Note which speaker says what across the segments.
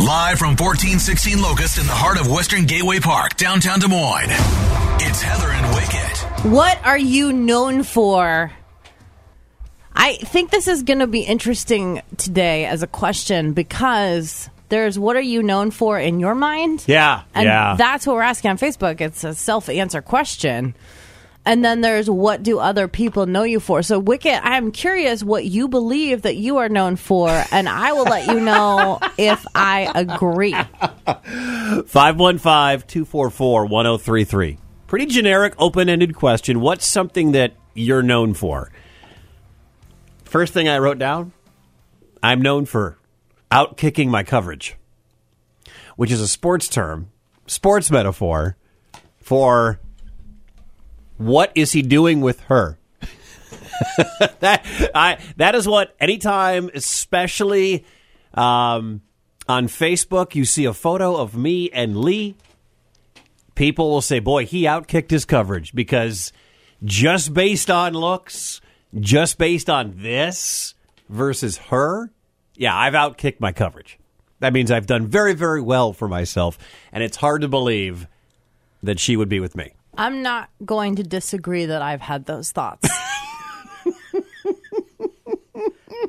Speaker 1: Live from 1416 Locust in the heart of Western Gateway Park, downtown Des Moines. It's Heather and Wicket.
Speaker 2: What are you known for? I think this is going to be interesting today as a question because there's what are you known for in your mind?
Speaker 3: Yeah,
Speaker 2: And
Speaker 3: yeah.
Speaker 2: that's what we're asking on Facebook. It's a self answer question. And then there's what do other people know you for? So, Wicket, I'm curious what you believe that you are known for, and I will let you know if I agree.
Speaker 3: 515-244-1033. Pretty generic, open-ended question. What's something that you're known for? First thing I wrote down, I'm known for out kicking my coverage, which is a sports term, sports metaphor for what is he doing with her? that I that is what anytime, especially um, on Facebook, you see a photo of me and Lee. People will say, "Boy, he outkicked his coverage," because just based on looks, just based on this versus her, yeah, I've outkicked my coverage. That means I've done very, very well for myself, and it's hard to believe that she would be with me.
Speaker 2: I'm not going to disagree that I've had those thoughts.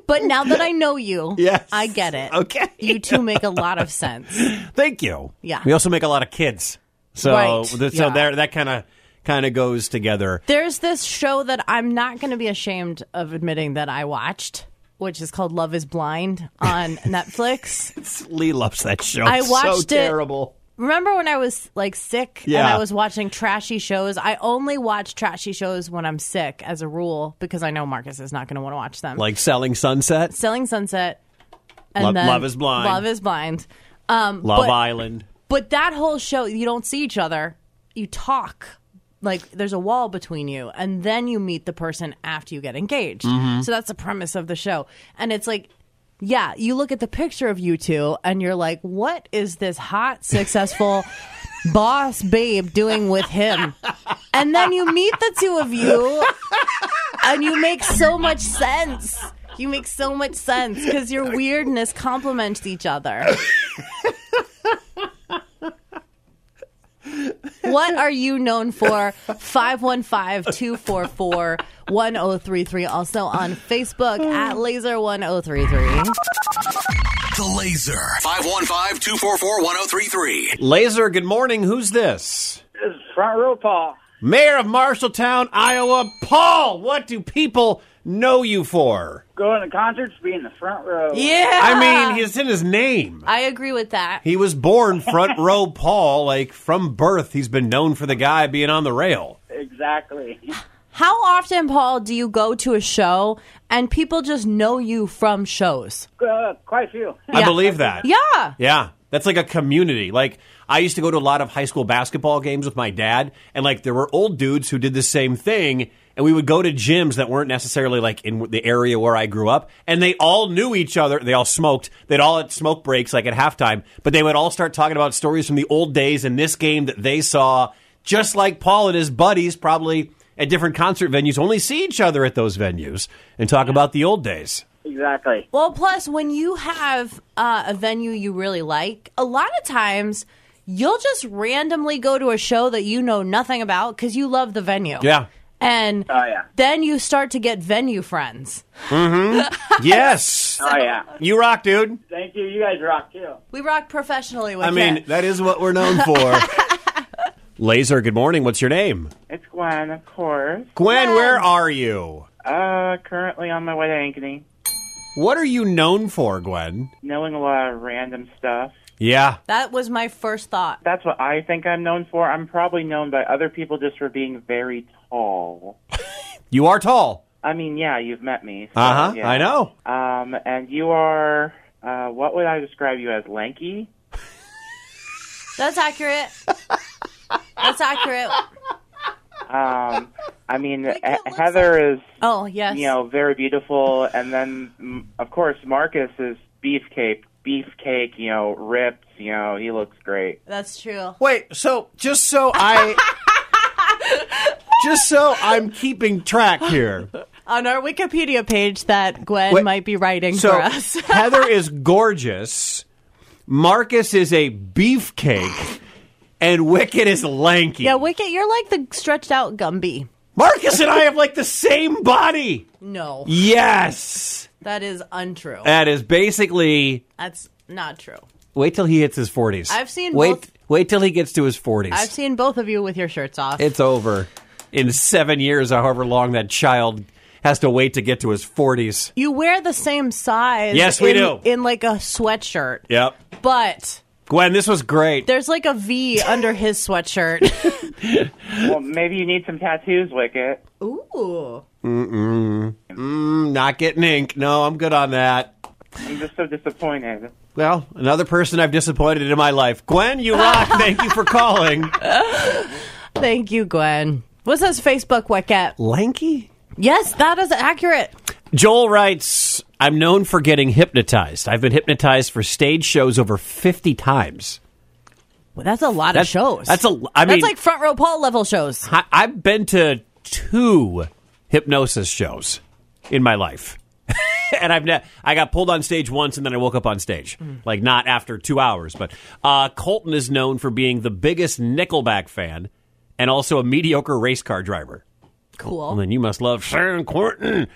Speaker 2: but now that I know you,
Speaker 3: Yes.
Speaker 2: I get it.
Speaker 3: Okay.
Speaker 2: You two make a lot of sense.
Speaker 3: Thank you.
Speaker 2: Yeah.
Speaker 3: We also make a lot of kids. So
Speaker 2: Right.
Speaker 3: th-
Speaker 2: Yeah.
Speaker 3: so there that kind of kind of goes together.
Speaker 2: There's this show that I'm not going to be ashamed of admitting that I watched, which is called Love is Blind on Netflix.
Speaker 3: Lee loves that show.
Speaker 2: I
Speaker 3: It's so
Speaker 2: watched it.
Speaker 3: terrible.
Speaker 2: Remember when I was like sick and
Speaker 3: Yeah.
Speaker 2: I was watching trashy shows? I only watch trashy shows when I'm sick as a rule because I know Marcus is not going to want to watch them.
Speaker 3: Like Selling Sunset,
Speaker 2: Selling Sunset and
Speaker 3: Love-
Speaker 2: then
Speaker 3: Love is Blind.
Speaker 2: Love is Blind. Um,
Speaker 3: Love
Speaker 2: but,
Speaker 3: Island.
Speaker 2: but that whole show, you don't see each other. You talk like there's a wall between you, and then you meet the person after you get engaged. So that's the premise of the show, and it's like. Yeah, you look at the picture of you two and you're like, what is this hot, successful boss babe doing with him? And then you meet the two of you and you make so much sense. You make so much sense because your weirdness complements each other. what are you known for? 515 244 1033. Also on Facebook at laser1033.
Speaker 1: The Laser. 515-244-1033.
Speaker 3: Laser, good morning. Who's this?
Speaker 4: This is front row Paul.
Speaker 3: Mayor of Marshalltown, Iowa, Paul. What do people know you for?
Speaker 4: Going to concerts, be in the front row.
Speaker 2: Yeah.
Speaker 3: I mean, it's in his name.
Speaker 2: I agree with that.
Speaker 3: He was born front row Paul, like from birth. He's been known for the guy being on the rail.
Speaker 4: Exactly.
Speaker 2: How often, Paul, do you go to a show and people just know you from shows?
Speaker 4: Uh, quite a few.
Speaker 3: I believe that.
Speaker 2: Yeah.
Speaker 3: Yeah. That's like a community. Like I used to go to a lot of high school basketball games with my dad and like there were old dudes who did the same thing and we would go to gyms that weren't necessarily like in the area where I grew up and they all knew each other. They all smoked. They'd all at smoke breaks like at halftime, but they would all start talking about stories from the old days and this game that they saw just like Paul and his buddies probably at different concert venues only see each other at those venues and talk about the old days.
Speaker 4: Exactly.
Speaker 2: Well, plus, when you have uh, a venue you really like, a lot of times you'll just randomly go to a show that you know nothing about because you love the venue.
Speaker 3: Yeah.
Speaker 2: And
Speaker 4: Oh, yeah.
Speaker 2: then you start to get venue friends.
Speaker 3: Yes.
Speaker 4: Oh, yeah.
Speaker 3: You rock, dude.
Speaker 4: Thank you. You guys rock, too.
Speaker 2: We rock professionally with
Speaker 3: I mean,
Speaker 2: it.
Speaker 3: that is what we're known for. Laser, good morning. What's your name?
Speaker 5: It's Gwen, of course.
Speaker 3: Gwen, where are you?
Speaker 5: Uh, currently on my way to Ankeny,
Speaker 3: What are you known for, Gwen?
Speaker 5: knowing a lot of random stuff.
Speaker 3: Yeah.
Speaker 2: That was my first thought.
Speaker 5: That's what I think I'm known for. I'm probably known by other people just for being very tall.
Speaker 3: You are tall.
Speaker 5: I mean, yeah, you've met me. so,
Speaker 3: Uh huh.
Speaker 5: yeah.
Speaker 3: I know.
Speaker 5: Um, and you are, uh, what would I describe you as? Lanky?
Speaker 2: That's accurate. That's accurate.
Speaker 5: Um, I mean,
Speaker 2: Like,
Speaker 5: He-
Speaker 2: it looks
Speaker 5: Heather is,
Speaker 2: Oh, yes.
Speaker 5: you know, very beautiful. And then, mm, of course, Marcus is beefcake, beefcake, you know, ripped, you know, he looks great.
Speaker 2: That's true.
Speaker 3: Wait, so just so I. just so I'm keeping track here.
Speaker 2: On our Wikipedia page that Gwen
Speaker 3: Wait,
Speaker 2: might be writing
Speaker 3: So
Speaker 2: for us.
Speaker 3: Heather is gorgeous. Marcus is a beefcake, and Wicket is lanky.
Speaker 2: Yeah, Wicket, you're like the stretched out Gumby.
Speaker 3: Marcus and I have like the same body.
Speaker 2: No,
Speaker 3: Yes,
Speaker 2: that is untrue.
Speaker 3: that is basically.
Speaker 2: That's not true.
Speaker 3: Wait till he hits his forties.
Speaker 2: I've seen
Speaker 3: Wait,
Speaker 2: both-
Speaker 3: wait till he gets to his
Speaker 2: I've
Speaker 3: forties.
Speaker 2: seen both of you with your shirts off.
Speaker 3: It's over in seven years, however long that child has to wait to get to his forties.
Speaker 2: you wear the same size.
Speaker 3: Yes, we
Speaker 2: in-
Speaker 3: do.
Speaker 2: In like a sweatshirt.
Speaker 3: Yep.
Speaker 2: But
Speaker 3: Gwen, this was great.
Speaker 2: there's like a V under his sweatshirt.
Speaker 5: Well, maybe you need some tattoos, Wicket.
Speaker 2: Ooh.
Speaker 3: Not getting ink. No, I'm good on that.
Speaker 5: I'm just so disappointed.
Speaker 3: Well, another person I've disappointed in my life. Gwen, you rock. Thank you for calling.
Speaker 2: Thank you, Gwen. What says Facebook Wicket?
Speaker 3: Lanky?
Speaker 2: Yes, that is accurate.
Speaker 3: Joel writes I'm known for getting hypnotized. I've been hypnotized for stage shows over 50 times.
Speaker 2: Well, that's a lot
Speaker 3: That's-
Speaker 2: of shows.
Speaker 3: that's a- I mean-
Speaker 2: that's like front row Paul level shows.
Speaker 3: I, I've been to two hypnosis shows in my life. and I've ne- I got pulled on stage once and then I woke up on stage. Like not after 2 hours, but uh, Colton is known for being the biggest Nickelback fan and also a mediocre race car driver.
Speaker 2: Cool.
Speaker 3: Well, then you must love Sharon Quentin.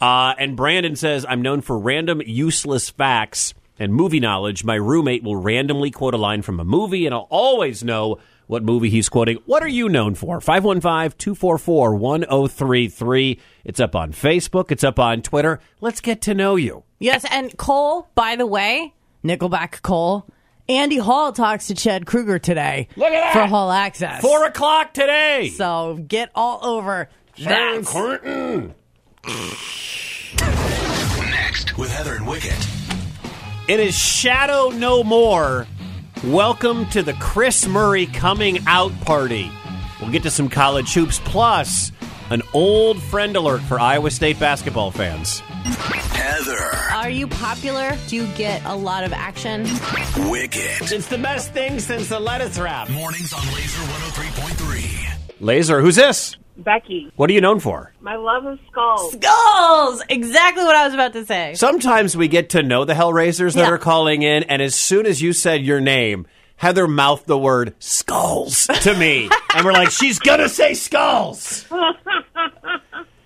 Speaker 3: Uh, and Brandon says, I'm known for random, useless facts and movie knowledge. My roommate will randomly quote a line from a movie, and I'll always know what movie he's quoting. What are you known for? 515 244 1033. It's up on Facebook, it's up on Twitter. Let's get to know you.
Speaker 2: Yes, and Cole, by the way, Nickelback Cole. Andy Hall talks to Chad Kruger today
Speaker 3: Look at that!
Speaker 2: for Hall Access.
Speaker 3: Four o'clock today.
Speaker 2: so get all over
Speaker 3: Sharon
Speaker 2: that.
Speaker 3: Quentin.
Speaker 1: Next with Heather and Wicket.
Speaker 3: It is Shadow No More. Welcome to the Chris Murray coming out party. We'll get to some college hoops plus an old friend alert for Iowa State basketball fans.
Speaker 1: Heather,
Speaker 2: Are you popular? Do you get a lot of action?
Speaker 1: Wicket.
Speaker 3: It's the best thing since the lettuce wrap.
Speaker 1: Mornings on Laser 103.3.
Speaker 3: Laser, who's this?
Speaker 6: Becky,
Speaker 3: What are you known for?
Speaker 6: my love of skulls.
Speaker 2: Goals! Exactly what I was about to say.
Speaker 3: Sometimes we get to know the Hellraisers that
Speaker 2: Yeah.
Speaker 3: are calling in, and as soon as you said your name, Heather mouthed the word skulls to me. and we're like, she's going to say skulls.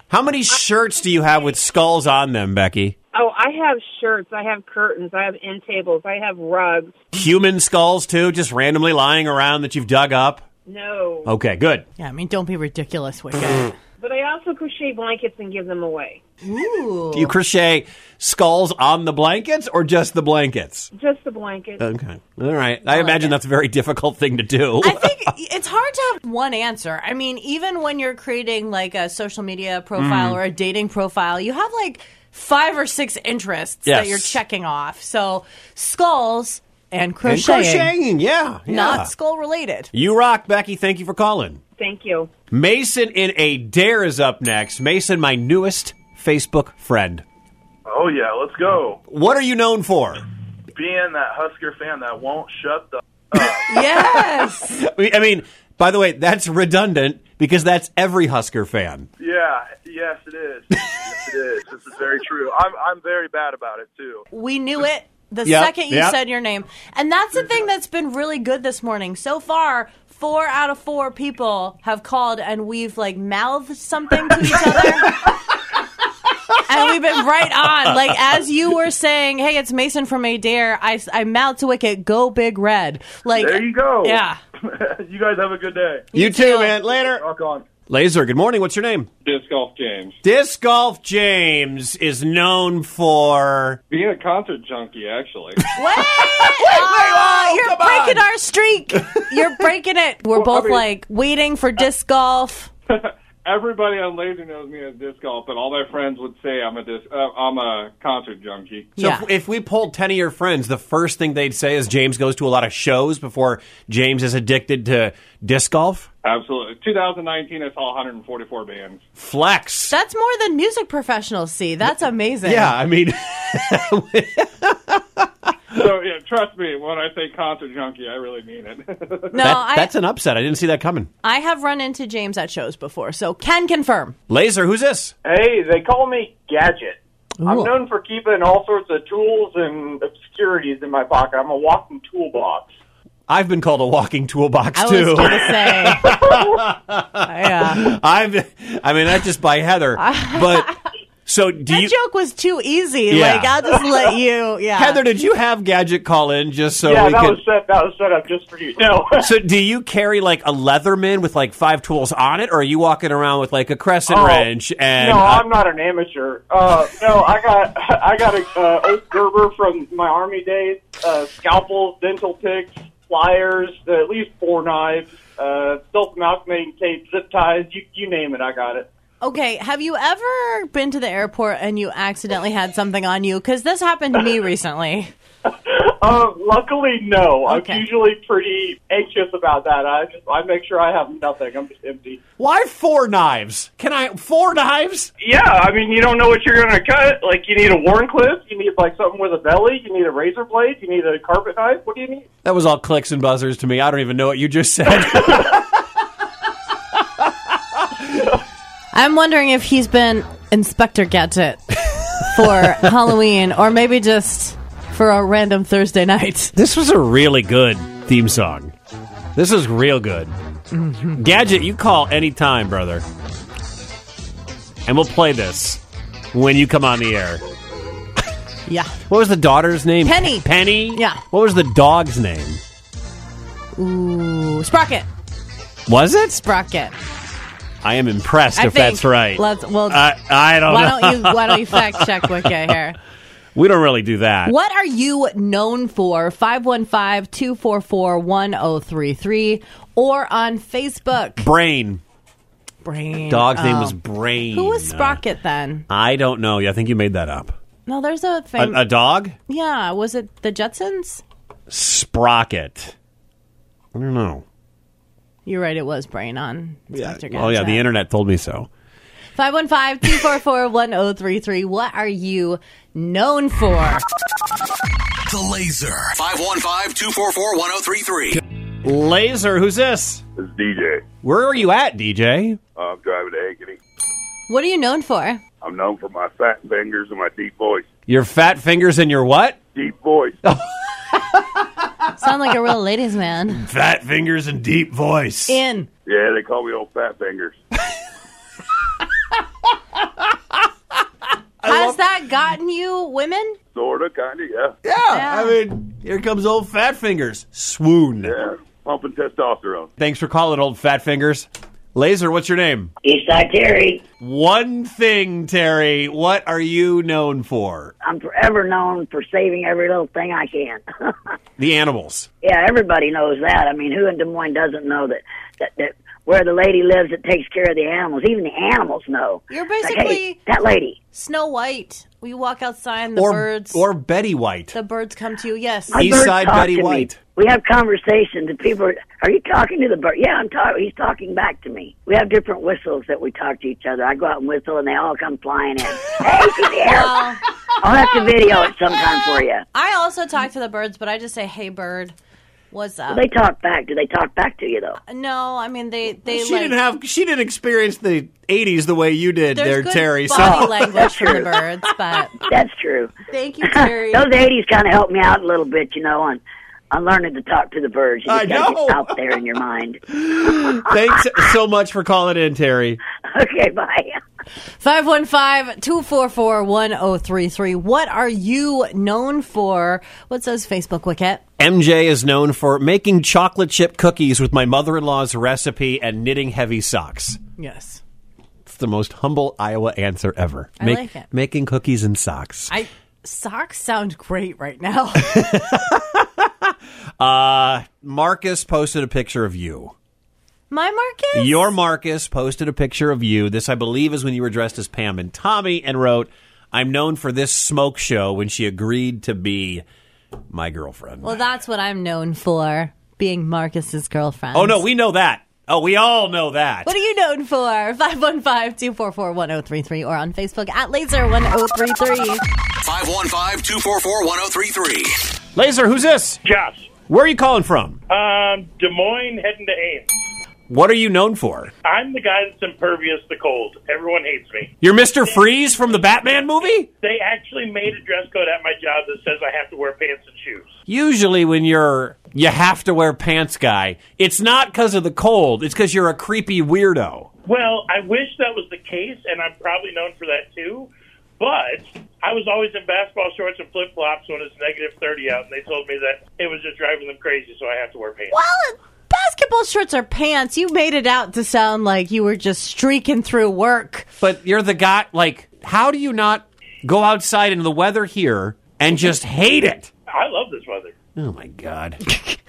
Speaker 3: How many shirts do you have with skulls on them, Becky?
Speaker 6: Oh, I have shirts. I have curtains. I have end tables. I have rugs.
Speaker 3: Human skulls, too, just randomly lying around that you've dug up?
Speaker 6: No.
Speaker 3: Okay, good.
Speaker 2: Yeah, I mean, don't be ridiculous, Wicked.
Speaker 6: But I also crochet blankets and give them away.
Speaker 2: Ooh.
Speaker 3: Do you crochet skulls on the blankets or just the blankets?
Speaker 6: Just the blankets.
Speaker 3: Okay. All right. I, imagine that's a very difficult thing to do.
Speaker 2: I think it's hard to have one answer. I mean, even when you're creating like a social media
Speaker 3: Mm.
Speaker 2: profile or a dating profile, you have like five or six interests that
Speaker 3: Yes.
Speaker 2: you're checking off. So skulls and
Speaker 3: And
Speaker 2: crocheting,
Speaker 3: crocheting, yeah. yeah.
Speaker 2: not skull related.
Speaker 3: You rock, Becky. Thank you for calling.
Speaker 6: Thank you.
Speaker 3: Mason in a dare is up next. Mason, my newest Facebook friend.
Speaker 7: Oh yeah, let's go.
Speaker 3: What are you known for?
Speaker 7: Being that Husker fan that won't shut the
Speaker 2: Yes.
Speaker 3: I mean- I mean, by the way, that's redundant because that's every Husker fan.
Speaker 7: yeah, yes it is, yes it is. This is very true. I'm I'm very bad about it too.
Speaker 2: we knew it the
Speaker 3: Yep,
Speaker 2: second you
Speaker 3: yep.
Speaker 2: said your name. And that's the thing that's been really good this morning. So far, four out of four people have called and we've like mouthed something to each other. And we've been right on. Like, as you were saying, hey, it's Mason from Adair, I, I mouth to Wicket, go big red. Like,
Speaker 7: There you go.
Speaker 2: Yeah.
Speaker 7: you guys have a good day.
Speaker 3: You, too, man. Later.
Speaker 7: Rock on.
Speaker 3: Laser, good morning. What's your name?
Speaker 8: disc golf James.
Speaker 3: Disc Golf James is known for.
Speaker 8: Being a concert junkie, actually.
Speaker 2: What? Aw,
Speaker 3: whoa,
Speaker 2: Uh, you're
Speaker 3: Oh, come on.
Speaker 2: breaking our streak. You're breaking it. We're both like waiting for disc golf.
Speaker 8: Everybody on Laser knows me as disc golf, but all my friends would say I'm a disc, uh, I'm a concert junkie.
Speaker 3: So
Speaker 2: yeah.
Speaker 3: if, if we polled 10 of your friends, the first thing they'd say is James goes to a lot of shows before James is addicted to disc golf.
Speaker 8: Absolutely. 2019, I saw 144 bands.
Speaker 3: Flex.
Speaker 2: That's more than music professionals see. That's amazing.
Speaker 3: yeah, I mean.
Speaker 8: So yeah, trust me when I say concert junkie, I really mean it.
Speaker 2: No,
Speaker 3: That-
Speaker 2: I,
Speaker 3: that's an upset. I didn't see that coming.
Speaker 2: I have run into James at shows before, so can confirm.
Speaker 3: Laser, who's this?
Speaker 5: Hey, they call me Gadget.
Speaker 2: Ooh.
Speaker 9: I'm known for keeping all sorts of tools and obscurities in my pocket. I'm a walking toolbox.
Speaker 3: I've been called a walking toolbox
Speaker 2: I was
Speaker 3: too.
Speaker 2: gonna say, yeah,
Speaker 3: I've, I mean, not just by Heather, but so do
Speaker 2: that
Speaker 3: you?
Speaker 2: joke was too easy.
Speaker 3: Yeah.
Speaker 2: Like I'll just let you. Yeah,
Speaker 3: Heather, did you have gadget call in just so
Speaker 9: yeah,
Speaker 3: we
Speaker 9: that
Speaker 3: could?
Speaker 9: was set. That was set up just for you. No,
Speaker 3: so do you carry like a Leatherman with like five tools on it, or are you walking around with like a crescent
Speaker 9: Oh,
Speaker 3: wrench and? uh,
Speaker 9: no, I'm not an amateur. Uh, no, I got I got a uh, old Gerber from my army days. Uh, scalpels, dental picks, pliers, uh, at least four knives, uh, self amalgamating tape, zip ties. You you name it, I got it.
Speaker 2: Okay, have you ever been to the airport and you accidentally had something on you? Because this happened to me recently.
Speaker 9: Uh, luckily, no.
Speaker 2: Okay.
Speaker 9: I'm usually pretty anxious about that. I just I make sure I have nothing. I'm just empty.
Speaker 3: why four knives? Can I four knives?
Speaker 9: Yeah, I mean, you don't know what you're going to cut. Like, you need a worn clip. You need like something with a belly. You need a razor blade. You need a carpet knife. What do you need?
Speaker 3: That was all clicks and buzzers to me. I don't even know what you just said.
Speaker 2: I'm wondering if he's been Inspector Gadget for Halloween or maybe just for a random Thursday night.
Speaker 3: This was a really good theme song. This is real good. Gadget, you call anytime, brother. And we'll play this when you come on the air.
Speaker 2: Yeah.
Speaker 3: What was the daughter's name?
Speaker 2: Penny.
Speaker 3: Penny?
Speaker 2: Yeah.
Speaker 3: What was the dog's name?
Speaker 2: Ooh, Sprocket.
Speaker 3: Was it?
Speaker 2: Sprocket.
Speaker 3: I am impressed
Speaker 2: I
Speaker 3: if
Speaker 2: think.
Speaker 3: that's right. Uh,
Speaker 2: Let's, well,
Speaker 3: I, I don't
Speaker 2: why
Speaker 3: know.
Speaker 2: don't you why don't you fact check Wiki here?
Speaker 3: we don't really do that.
Speaker 2: What are you known for? 515-244-1033 or on Facebook.
Speaker 3: Brain.
Speaker 2: Brain.
Speaker 3: Dog's name
Speaker 2: Oh.
Speaker 3: was Brain. Uh,
Speaker 2: Who was Sprocket then?
Speaker 3: I don't know. I think you made that up.
Speaker 2: No, there's a
Speaker 3: A,
Speaker 2: thing.
Speaker 3: a dog?
Speaker 2: yeah, was it the Jetsons?
Speaker 3: Sprocket. I don't know.
Speaker 2: You're right, it was Brain on Inspector
Speaker 3: Oh yeah, the
Speaker 2: Gadget.
Speaker 3: internet told me so.
Speaker 2: 515-244-1033. What are you known for?
Speaker 1: The Laser. 515-244-1033.
Speaker 3: Laser, who's this?
Speaker 7: It's DJ.
Speaker 3: Where are you at, DJ?
Speaker 7: Uh, I'm driving to Ankeny.
Speaker 2: What are you known for?
Speaker 7: I'm known for my fat fingers and my deep voice.
Speaker 3: Your fat fingers and your what?
Speaker 7: Deep voice.
Speaker 2: Sound like a real ladies man.
Speaker 3: Fat fingers and deep voice.
Speaker 2: In.
Speaker 7: yeah, they call me old fat fingers.
Speaker 2: Has that gotten you women?
Speaker 7: Sorta, kinda, yeah.
Speaker 3: yeah, I
Speaker 2: Yeah.
Speaker 3: mean, here comes old fat fingers. Swoon.
Speaker 7: Yeah. Pumping testosterone.
Speaker 3: Thanks for calling, old fat fingers. Laser, what's your name?
Speaker 4: Eastside Terry.
Speaker 3: One thing, Terry. What are you known for?
Speaker 4: I'm forever known for saving every little thing I can.
Speaker 3: The animals.
Speaker 4: yeah, everybody knows that. I mean, who in Des Moines doesn't know that, that, that where the lady lives that takes care of the animals? Even the animals know.
Speaker 2: You're
Speaker 4: Like,
Speaker 2: basically-
Speaker 4: hey, that lady.
Speaker 2: Snow White. We walk outside and the
Speaker 3: or
Speaker 2: birds
Speaker 3: or Betty White.
Speaker 2: the birds come to you. Yes.
Speaker 4: My
Speaker 3: East
Speaker 4: birds
Speaker 3: Side
Speaker 4: talk
Speaker 3: Betty
Speaker 4: to me.
Speaker 3: White.
Speaker 4: We have conversations. and people are, are you talking to the bird? Yeah, I'm talking. He's talking back to me. We have different whistles that we talk to each other. I go out and whistle, and they all come flying in. hey, she's here.
Speaker 2: Well,
Speaker 4: I'll have to video it sometime for you.
Speaker 2: I also talk to the birds, but I just say, "Hey, bird, what's up?"
Speaker 4: They talk back. Do they talk back to you though?
Speaker 2: no, I mean they they
Speaker 3: She
Speaker 2: like,
Speaker 3: didn't have she didn't experience the 80s the way you did
Speaker 2: there's
Speaker 3: there,
Speaker 2: good
Speaker 3: Terry.
Speaker 2: body
Speaker 3: So
Speaker 2: language from the birds. But
Speaker 4: That's true.
Speaker 2: thank you, Terry.
Speaker 4: Those eighties kind of helped me out a little bit, you know, on on learning to talk to the birds. You
Speaker 3: I
Speaker 4: just gotta
Speaker 3: know.
Speaker 4: get out there in your mind.
Speaker 3: thanks so much for calling in, Terry.
Speaker 4: Okay, bye.
Speaker 2: 515-244-1033. What are you known for? What says Facebook Wicket?
Speaker 3: MJ is known for making chocolate chip cookies with my mother in law's recipe and knitting heavy socks.
Speaker 2: Yes.
Speaker 3: It's the most humble Iowa answer ever.
Speaker 2: I like it.
Speaker 3: Making cookies and socks.
Speaker 2: I socks sound great right now.
Speaker 3: Uh, Marcus posted a picture of you.
Speaker 2: My Marcus?
Speaker 3: Your Marcus posted a picture of you. This, I believe, is when you were dressed as Pam and Tommy and wrote, I'm known for this smoke show when she agreed to be my girlfriend.
Speaker 2: Well, that's what I'm known for, being Marcus's girlfriend.
Speaker 3: oh, no, we know that. Oh, we all know that.
Speaker 2: What are you known for? 515-244-1033 or on Facebook at laser1033.
Speaker 1: 515-244-1033.
Speaker 3: Laser, who's this?
Speaker 9: Josh,
Speaker 10: Uh,
Speaker 3: Where are you calling from?
Speaker 9: um, Des Moines heading to Ames.
Speaker 3: What are you known for?
Speaker 10: I'm the guy that's impervious to cold. Everyone hates me.
Speaker 3: You're Mr. Freeze from the Batman movie?
Speaker 10: They actually made a dress code at my job that says I have to wear pants and shoes.
Speaker 3: Usually, when you're you have to wear pants guy, it's not because of the cold, it's because you're a creepy weirdo.
Speaker 10: Well, I wish that was the case, and I'm probably known for that too. But I was always in basketball shorts and flip flops when it's negative 30 out, and they told me that it was just driving them crazy, so I have to wear pants.
Speaker 2: Well, basketball shorts are pants. You made it out to sound like you were just streaking through work.
Speaker 3: But you're the guy, like, how do you not go outside in the weather here and just hate it?
Speaker 10: I love this weather.
Speaker 3: Oh my god.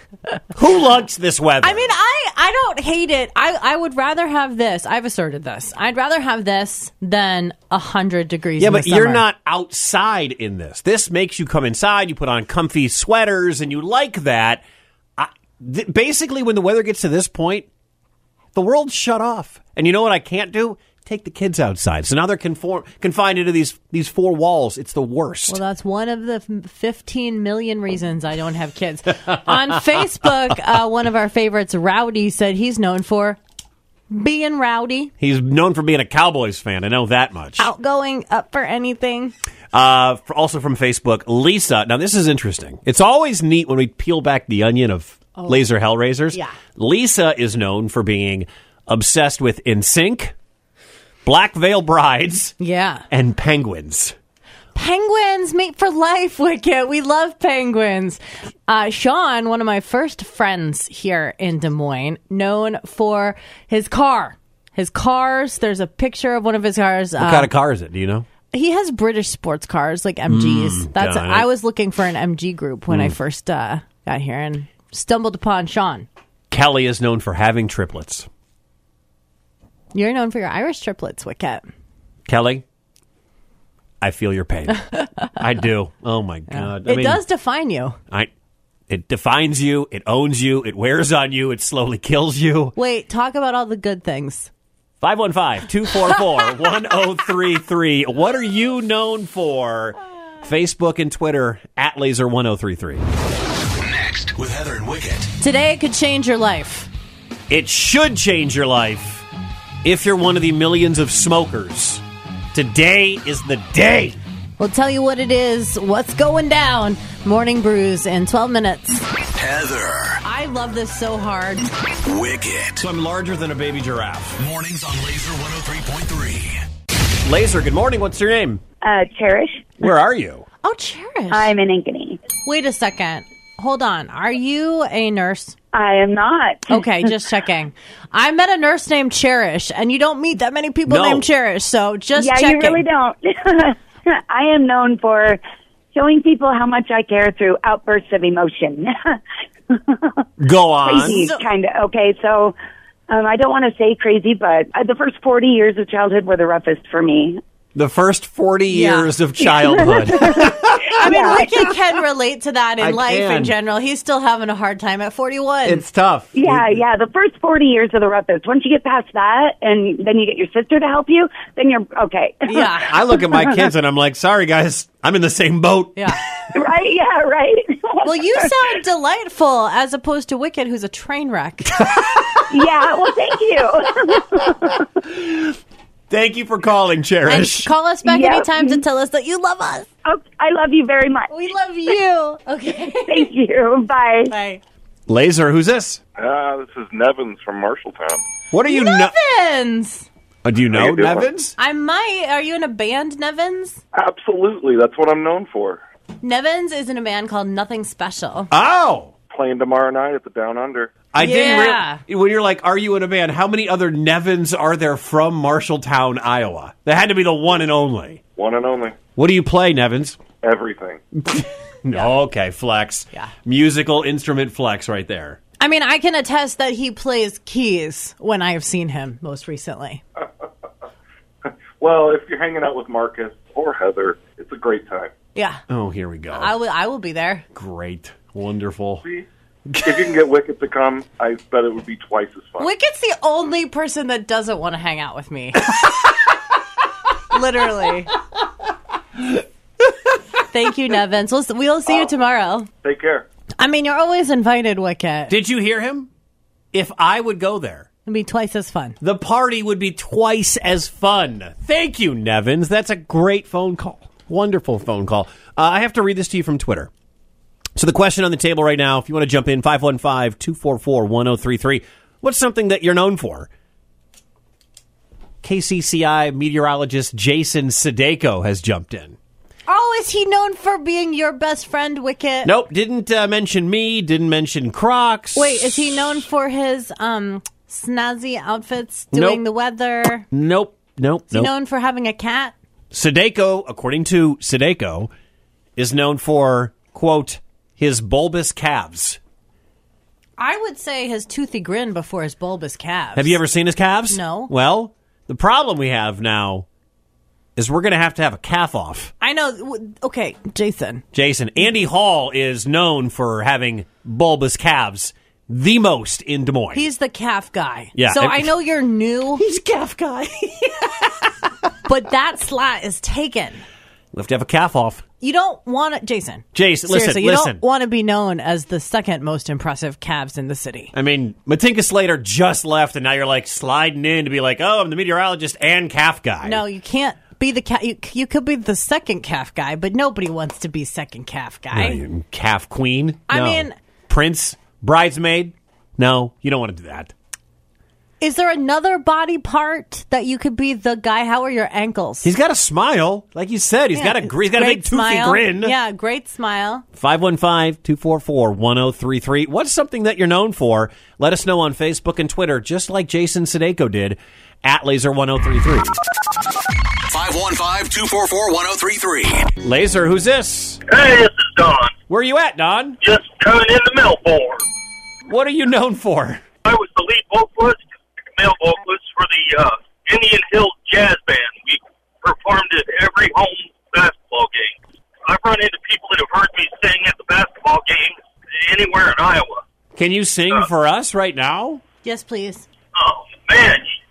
Speaker 3: Who likes this weather?
Speaker 2: I mean, I I don't hate it. I I would rather have this. I've asserted this. I'd rather have this than a hundred degrees.
Speaker 3: yeah,
Speaker 2: in the
Speaker 3: but you're
Speaker 2: summer.
Speaker 3: not outside in this. This makes you come inside, you put on comfy sweaters, and you like that. I, th- basically, when the weather gets to this point, the world's shut off. And you know what I can't do? Take the kids outside. So now they're conform- confined into these, these four walls. It's the worst.
Speaker 2: Well, that's one of the f- 15 million reasons I don't have kids. On Facebook, uh, one of our favorites, Rowdy, said he's known for being rowdy,
Speaker 3: He's known for being a Cowboys fan. I know that much.
Speaker 2: outgoing, up for anything.
Speaker 3: Uh, f- also from Facebook, Lisa. Now this is interesting. It's always neat when we peel back the onion of Laser Hellraisers.
Speaker 2: Oh. Yeah.
Speaker 3: Lisa is known for being obsessed with NSYNC, Black Veil Brides,
Speaker 2: Yeah.
Speaker 3: and Penguins.
Speaker 2: Penguins mate for life, Wicket. We love penguins. Uh, Sean, one of my first friends here in Des Moines, known for his car. His cars. There's a picture of one of his cars.
Speaker 3: What
Speaker 2: uh,
Speaker 3: kind of car is it? Do you know?
Speaker 2: he has British sports cars like MGs. That's
Speaker 3: Hmm, got it. Hmm.
Speaker 2: I was looking for an MG group when I first uh, got here and stumbled upon Sean.
Speaker 3: Kelly is known for having triplets.
Speaker 2: You're known for your Irish triplets, Wicket.
Speaker 3: Kelly, I feel your pain. I do. Oh my god. I
Speaker 2: it
Speaker 3: mean,
Speaker 2: does define you.
Speaker 3: I. It defines you. It owns you. It wears on you. It slowly kills you.
Speaker 2: Wait, talk about all the good things.
Speaker 3: 515-244-1033. What are you known for? Facebook and Twitter at laser1033.
Speaker 1: Next with Heather and Wicket.
Speaker 2: Today it could change your life.
Speaker 3: It should change your life if you're one of the millions of smokers. Today is the day.
Speaker 2: We'll tell you what it is, what's going down. Morning brews in 12 minutes.
Speaker 1: Heather,
Speaker 2: I love this so hard.
Speaker 1: Wicket.
Speaker 3: So I'm larger than a baby giraffe.
Speaker 1: Mornings on Laser 103.3.
Speaker 3: Laser, good morning. What's your name?
Speaker 4: Uh, Cherish.
Speaker 3: Where are you?
Speaker 2: Oh, cherish.
Speaker 4: I'm in Ankeny.
Speaker 2: Wait a second. Hold on. Are you a nurse?
Speaker 4: I am not.
Speaker 2: Okay, just checking. I met a nurse named Cherish, and you don't meet that many people
Speaker 3: No.
Speaker 2: named Cherish, so just
Speaker 4: yeah,
Speaker 2: checking.
Speaker 4: you really don't. I am known for showing people how much I care through outbursts of emotion.
Speaker 3: Go on.
Speaker 4: crazy, kind of. Okay, so um, I don't want to say crazy, but uh, the first 40 years of childhood were the roughest for me.
Speaker 3: The first 40
Speaker 2: Yeah.
Speaker 3: years of childhood.
Speaker 2: I mean, Wicked can relate to that in
Speaker 3: I
Speaker 2: life
Speaker 3: can.
Speaker 2: in general. He's still having a hard time at 41.
Speaker 3: it's tough.
Speaker 4: Yeah,
Speaker 3: It-
Speaker 4: yeah, the first 40 years are the roughest. Once you get past that and then you get your sister to help you, then you're okay.
Speaker 2: yeah.
Speaker 3: I look at my kids and I'm like, sorry guys, I'm in the same boat.
Speaker 2: Yeah.
Speaker 4: right? Yeah, right.
Speaker 2: Well, you sound delightful as opposed to Wicked, who's a train wreck.
Speaker 4: yeah, well, thank you.
Speaker 3: Thank you for calling,
Speaker 2: And
Speaker 3: Cherish.
Speaker 2: call us back
Speaker 4: Yep. Mm-hmm.
Speaker 2: anytime to tell us that you love us.
Speaker 4: Oh, I love you very much.
Speaker 2: We love you. Okay.
Speaker 4: Thank you. Bye.
Speaker 2: Bye.
Speaker 3: Laser, who's this?
Speaker 7: Ah, this is Nevins from Marshalltown.
Speaker 3: What are you know?
Speaker 2: Nevins.
Speaker 3: Uh, do you know
Speaker 7: you doing?
Speaker 3: Nevins?
Speaker 2: I might. Are you in a band, Nevins?
Speaker 7: Absolutely, that's what I'm known for.
Speaker 2: Nevins is in a band called Nothing Special.
Speaker 3: Oh,
Speaker 7: Playing tomorrow night at the Down Under.
Speaker 3: I
Speaker 2: Yeah.
Speaker 3: didn't. Re- when you're like, are you in a band? How many other Nevins are there from Marshalltown, Iowa? That had to be the one and only.
Speaker 7: One and only.
Speaker 3: What do you play, Nevins?
Speaker 7: Everything.
Speaker 3: No, okay, flex.
Speaker 2: Yeah.
Speaker 3: Musical instrument flex right there.
Speaker 2: I mean, I can attest that he plays keys when I have seen him most recently.
Speaker 7: Well, if you're hanging out with Marcus or Heather, it's a great time.
Speaker 2: Yeah,
Speaker 3: Oh, here we go.
Speaker 2: I will. I will be there.
Speaker 3: Great. Wonderful.
Speaker 7: If you can get Wicked to come, I bet it would be twice as fun.
Speaker 2: Wicket's the only person that doesn't want to hang out with me. Literally. Thank you, Nevins. We'll, we'll see you tomorrow.
Speaker 7: Take care.
Speaker 2: I mean, you're always invited, Wicket.
Speaker 3: Did you hear him? If I would go there,
Speaker 2: It'd be twice as fun.
Speaker 3: The party would be twice as fun. Thank you, Nevins. That's a great phone call. Wonderful phone call. Uh, I have to read this to you from Twitter. So, the question on the table right now, if you want to jump in, 515 244 1033, what's something that you're known for? KCCI meteorologist Jason Sudeiko has jumped in.
Speaker 2: Oh, is he known for being your best friend, Wicket?
Speaker 3: Nope, didn't uh, mention me, didn't mention Crocs.
Speaker 2: Wait, is he known for his um snazzy outfits, doing
Speaker 3: Nope.
Speaker 2: the weather?
Speaker 3: Nope, nope,
Speaker 2: Is he
Speaker 3: nope.
Speaker 2: known for having a cat?
Speaker 3: Sudeiko, according to Sudeiko, is known for, quote, his bulbous calves.
Speaker 2: I would say his toothy grin before his bulbous calves.
Speaker 3: Have you ever seen his calves?
Speaker 2: No.
Speaker 3: Well, the problem we have now is we're going to have to have a calf off.
Speaker 2: I know. w- Okay, Jason.
Speaker 3: Jason, Andy Hall is known for having bulbous calves the most in Des Moines.
Speaker 2: He's the calf guy.
Speaker 3: Yeah,
Speaker 2: So
Speaker 3: and-
Speaker 2: I know you're new. He's
Speaker 3: calf guy.
Speaker 2: but that slot is taken.
Speaker 3: we have to have a calf off.
Speaker 2: You don't want to, Jason.
Speaker 3: Jason, listen,
Speaker 2: seriously, you
Speaker 3: listen.
Speaker 2: don't want to be known as the second most impressive calves in the city.
Speaker 3: I mean, Matinka Slater just left, and now you're like sliding in to be like, oh, I'm the meteorologist and calf guy.
Speaker 2: No, you can't be the cat. You, you could be the second calf guy, but nobody wants to be second calf guy.
Speaker 3: No, you- calf queen.
Speaker 2: I
Speaker 3: No.
Speaker 2: mean-
Speaker 3: Prince, bridesmaid. No, you don't want to do that.
Speaker 2: Is there another body part that you could be the guy? How are your ankles?
Speaker 3: He's got a smile, like you said. He's
Speaker 2: Yeah,
Speaker 3: got a gr- he's got a
Speaker 2: great
Speaker 3: big toothy
Speaker 2: smile.
Speaker 3: grin.
Speaker 2: Yeah, great smile.
Speaker 3: 515-244-1033. What's something that you're known for? Let us know on Facebook and Twitter, just like Jason Sudeiko did at Laser1033.
Speaker 1: 515 244 1033.
Speaker 3: Laser, who's this?
Speaker 11: Hey, this is Don.
Speaker 3: Where are you at, Don?
Speaker 11: Just coming in the mail for.
Speaker 3: What are you known for?
Speaker 11: I was the lead vocalist, male vocalist for the uh, Indian Hills Jazz Band. We performed at every home basketball game. I've run into people that have heard me sing at the basketball games anywhere in Iowa.
Speaker 3: Can you sing for us right now?
Speaker 2: Yes, please.
Speaker 11: Oh,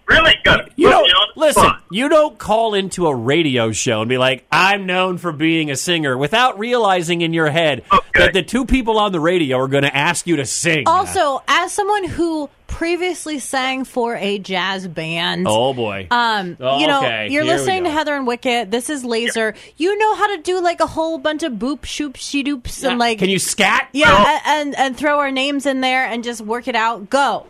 Speaker 11: Really got
Speaker 3: You don't listen. You don't call into a radio show and be like, "I'm known for being a singer," without realizing in your head that the two people on the radio are going to ask you to sing.
Speaker 2: Also, as someone who previously sang for a jazz band,
Speaker 3: oh boy.
Speaker 2: Um,
Speaker 3: Oh,
Speaker 2: you know,
Speaker 3: okay.
Speaker 2: you're
Speaker 3: Here we
Speaker 2: listening to
Speaker 3: go.
Speaker 2: Heather and Wicket. This is Laser. You know how to do like a whole bunch of boop, shoop, she doops, and like
Speaker 3: Can you scat?
Speaker 2: yeah, a- and and throw our names in there and just work it out. Go.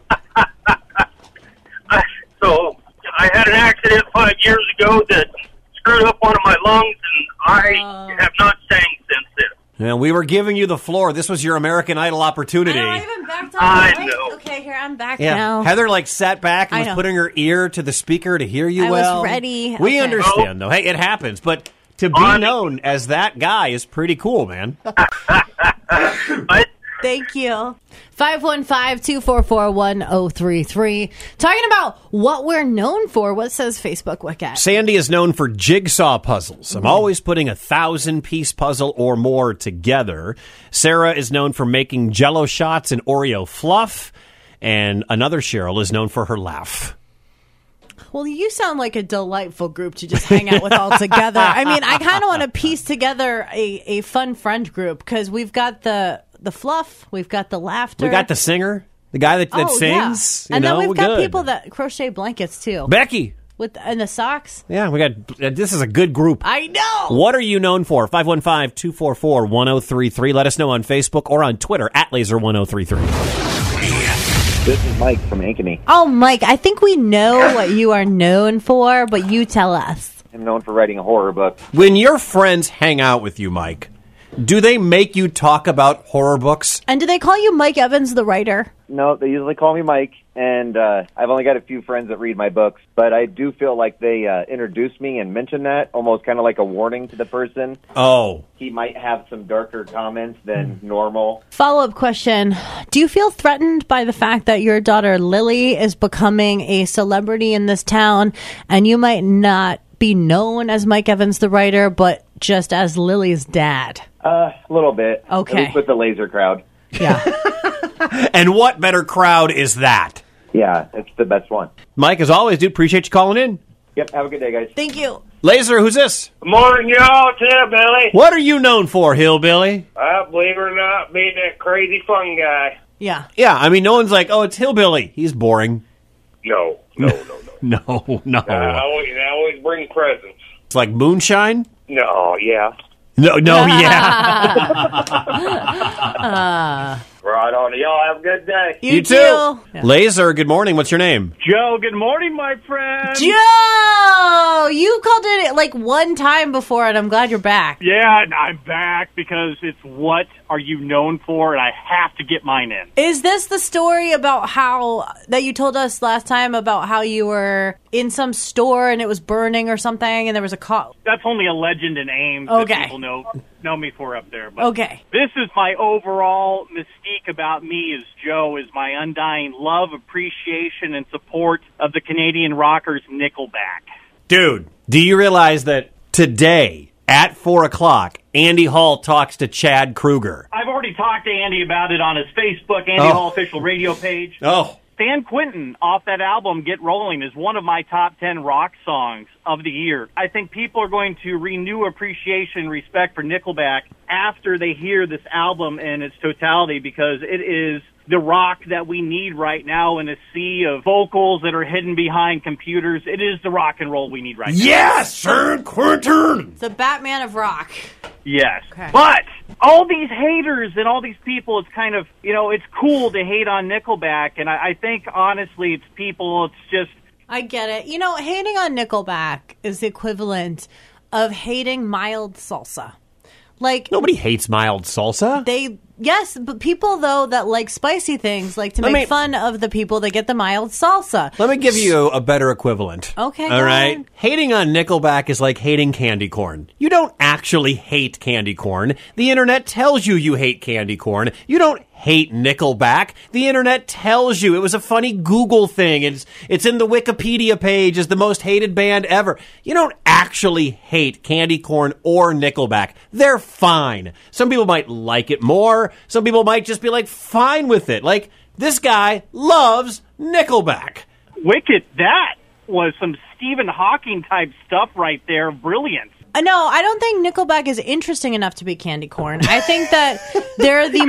Speaker 11: So I had an accident five years ago that screwed up one of my lungs, and I
Speaker 3: Oh.
Speaker 11: have not sang since then.
Speaker 3: Yeah, we were giving you the floor. This was your American Idol opportunity.
Speaker 2: even backed
Speaker 11: I know.
Speaker 2: Okay, here I'm back
Speaker 3: yeah,
Speaker 2: now.
Speaker 3: Heather like sat back and
Speaker 2: I
Speaker 3: was
Speaker 2: know.
Speaker 3: putting her ear to the speaker to hear you
Speaker 2: I was
Speaker 3: well.
Speaker 2: ready. Okay.
Speaker 3: We understand though. Hey, it happens, but to be known as that guy is pretty cool, man.
Speaker 2: Thank you. 515-244-1033. Talking about what we're known for. What says Facebook Wicket?
Speaker 3: Sandy is known for jigsaw puzzles.
Speaker 2: Mm.
Speaker 3: I'm always putting a thousand piece puzzle or more together. Sarah is known for making jello shots and Oreo fluff. And another Cheryl is known for her laugh.
Speaker 2: Well, you sound like a delightful group to just hang out with all together. I mean, I kind of want to piece together a, a fun friend group because we've got the the fluff, we've got the laughter.
Speaker 3: We got the singer, the guy that, that
Speaker 2: Oh, yeah.
Speaker 3: sings. You
Speaker 2: and
Speaker 3: know,
Speaker 2: then
Speaker 3: we're
Speaker 2: we've got
Speaker 3: good.
Speaker 2: people that crochet blankets too.
Speaker 3: Becky.
Speaker 2: with and the socks.
Speaker 3: Yeah, we got uh, this is a good group.
Speaker 2: I know.
Speaker 3: What are you known for? 515 244 1033. Let us know on Facebook or on Twitter at laser1033.
Speaker 12: This is Mike from Ankeny.
Speaker 2: Oh, Mike, I think we know what you are known for, but you tell us.
Speaker 12: I'm known for writing horror books.
Speaker 3: When your friends hang out with you, Mike, do they make you talk about horror books?
Speaker 2: And do they call you Mike Evans, the writer?
Speaker 12: No, they usually call me Mike, and uh, I've only got a few friends that read my books, but I do feel like they uh, introduce me and mention that, almost kind of like a warning to the person.
Speaker 3: Oh.
Speaker 12: He might have some darker comments than
Speaker 5: Hmm.
Speaker 12: normal.
Speaker 2: Follow up question Do you feel threatened by the fact that your daughter Lily is becoming a celebrity in this town and you might not be known as Mike Evans, the writer, but just as Lily's dad?
Speaker 12: Uh, a little bit.
Speaker 2: Okay.
Speaker 12: At least with the laser crowd.
Speaker 3: And what better crowd is that?
Speaker 12: Yeah, it's the best one.
Speaker 3: Mike, as always, dude, appreciate you calling in.
Speaker 12: Yep, have a good day, guys.
Speaker 2: Thank you.
Speaker 3: Laser, who's this?
Speaker 13: Morning, y'all, too, Billy.
Speaker 3: What are you known for, Hillbilly?
Speaker 13: Uh, believe it or not, being that crazy fun guy.
Speaker 2: Yeah.
Speaker 3: Yeah, I mean, no one's like, oh, it's Hillbilly. He's boring.
Speaker 7: No, no, no.
Speaker 3: No, no.
Speaker 7: I, always, I always bring presents.
Speaker 3: It's like moonshine?
Speaker 7: No, yeah.
Speaker 3: No, no, yeah.
Speaker 7: Right on. Y'all have a good day.
Speaker 3: Laser, good morning. What's your name?
Speaker 10: Joe, good morning, my friend.
Speaker 2: Joe, you called it like one time before, and I'm glad you're back.
Speaker 10: Yeah, and I'm back because it's what are you known for, and I have to get mine in.
Speaker 2: Is this the story about how that you told us last time about how you were in some store and it was burning or something, and there was a call?
Speaker 10: That's only a legend in Ames
Speaker 2: Okay.
Speaker 10: that people know know me for up there. But
Speaker 2: Okay.
Speaker 10: this is my overall mystique about me is Joe is my undying love, appreciation, and support of the Canadian rockers Nickelback.
Speaker 3: Dude, do you realize that today at 4 o'clock, Andy Hall talks to Chad Kruger?
Speaker 10: I've already talked to Andy about it on his Facebook, Andy
Speaker 3: Oh.
Speaker 10: Hall official radio page.
Speaker 3: Oh.
Speaker 10: San Quentin off that album Get Rolling is one of my top 10 rock songs of the year. I think people are going to renew appreciation and respect for Nickelback after they hear this album in its totality because it is the rock that we need right now in a sea of vocals that are hidden behind computers. It is the rock and roll we need right now.
Speaker 3: San Quentin!
Speaker 2: The Batman of rock.
Speaker 10: Yes.
Speaker 2: Okay.
Speaker 10: But all these haters and all these people, it's kind of, you know, it's cool to hate on Nickelback. And I, I think, honestly, it's people, it's just,
Speaker 2: I get it. You know, hating on Nickelback is the equivalent of hating mild salsa. Like
Speaker 3: Nobody hates mild salsa.
Speaker 2: They yes, but people though that like spicy things like to
Speaker 3: Let
Speaker 2: make
Speaker 3: me-
Speaker 2: fun of the people that get the mild salsa.
Speaker 3: Let me give you a better equivalent.
Speaker 2: Okay,
Speaker 3: All
Speaker 2: go
Speaker 3: right. Hating on Nickelback is like hating candy corn. You don't actually hate candy corn. The internet tells you you hate candy corn. You don't hate Nickelback. The internet tells you it was a funny Google thing. It's it's in the Wikipedia page as the most hated band ever. You don't actually hate candy corn or Nickelback. They're fine. Some people might like it more. Some people might just be like fine with it. Like this guy loves Nickelback.
Speaker 10: Wicked that was some Stephen Hawking type stuff right there. Brilliant.
Speaker 2: Uh, No, I don't think Nickelback is interesting enough to be candy corn. I think that they're the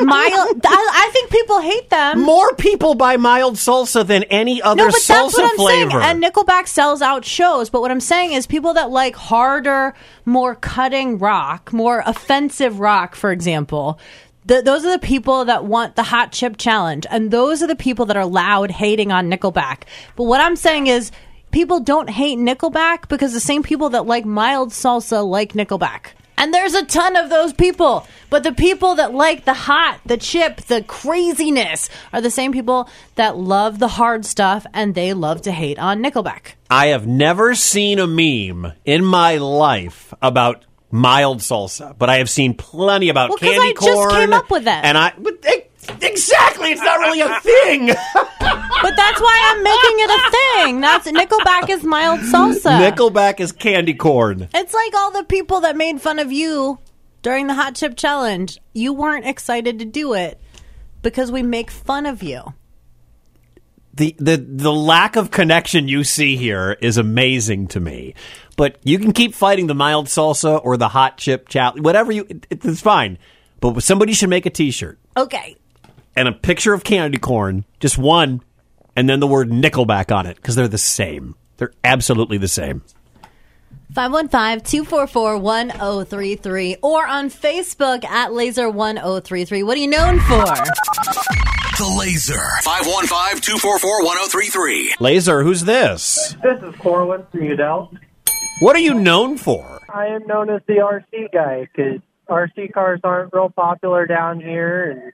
Speaker 2: mild. I, I think people hate them
Speaker 3: more people buy mild salsa than any other
Speaker 2: no, but that's
Speaker 3: salsa
Speaker 2: what I'm
Speaker 3: flavor.
Speaker 2: Saying. And Nickelback sells out shows, but what I'm saying is people that like harder, more cutting rock, more offensive rock, for example. th those are the people that want the hot chip challenge, and those are the people that are loud hating on Nickelback. But what I'm saying is, people don't hate Nickelback because the same people that like mild salsa like Nickelback. And there's a ton of those people. But the people that like the hot, the chip, the craziness are the same people that love the hard stuff and they love to hate on Nickelback.
Speaker 3: I have never seen a meme in my life about mild salsa, but I have seen plenty about
Speaker 2: Well, 'cause
Speaker 3: candy
Speaker 2: I just
Speaker 3: corn.
Speaker 2: came up with that.
Speaker 3: and I but e- exactly. It's not really a thing.
Speaker 2: But that's why I'm making it a thing. That's Nickelback is mild salsa.
Speaker 3: Nickelback is candy corn.
Speaker 2: it's like all the people that made fun of you during the hot chip challenge. You weren't excited to do it because we make fun of you.
Speaker 3: The, the the lack of connection you see here is amazing to me. But you can keep fighting the mild salsa or the hot chip chat, whatever you. It, it's fine. But somebody should make a T-shirt
Speaker 2: Okay.
Speaker 3: and a picture of candy corn, just one, and then the word Nickelback on it because they're the same. They're absolutely the same.
Speaker 2: 515-244-1033 or on Facebook at laser1033. What are you known for?
Speaker 1: The Laser. 515 244 1033.
Speaker 3: Laser, who's this?
Speaker 5: This is Corwin from Udell.
Speaker 3: What are you known for?
Speaker 5: I am known as the RC guy because RC cars aren't real popular down here, and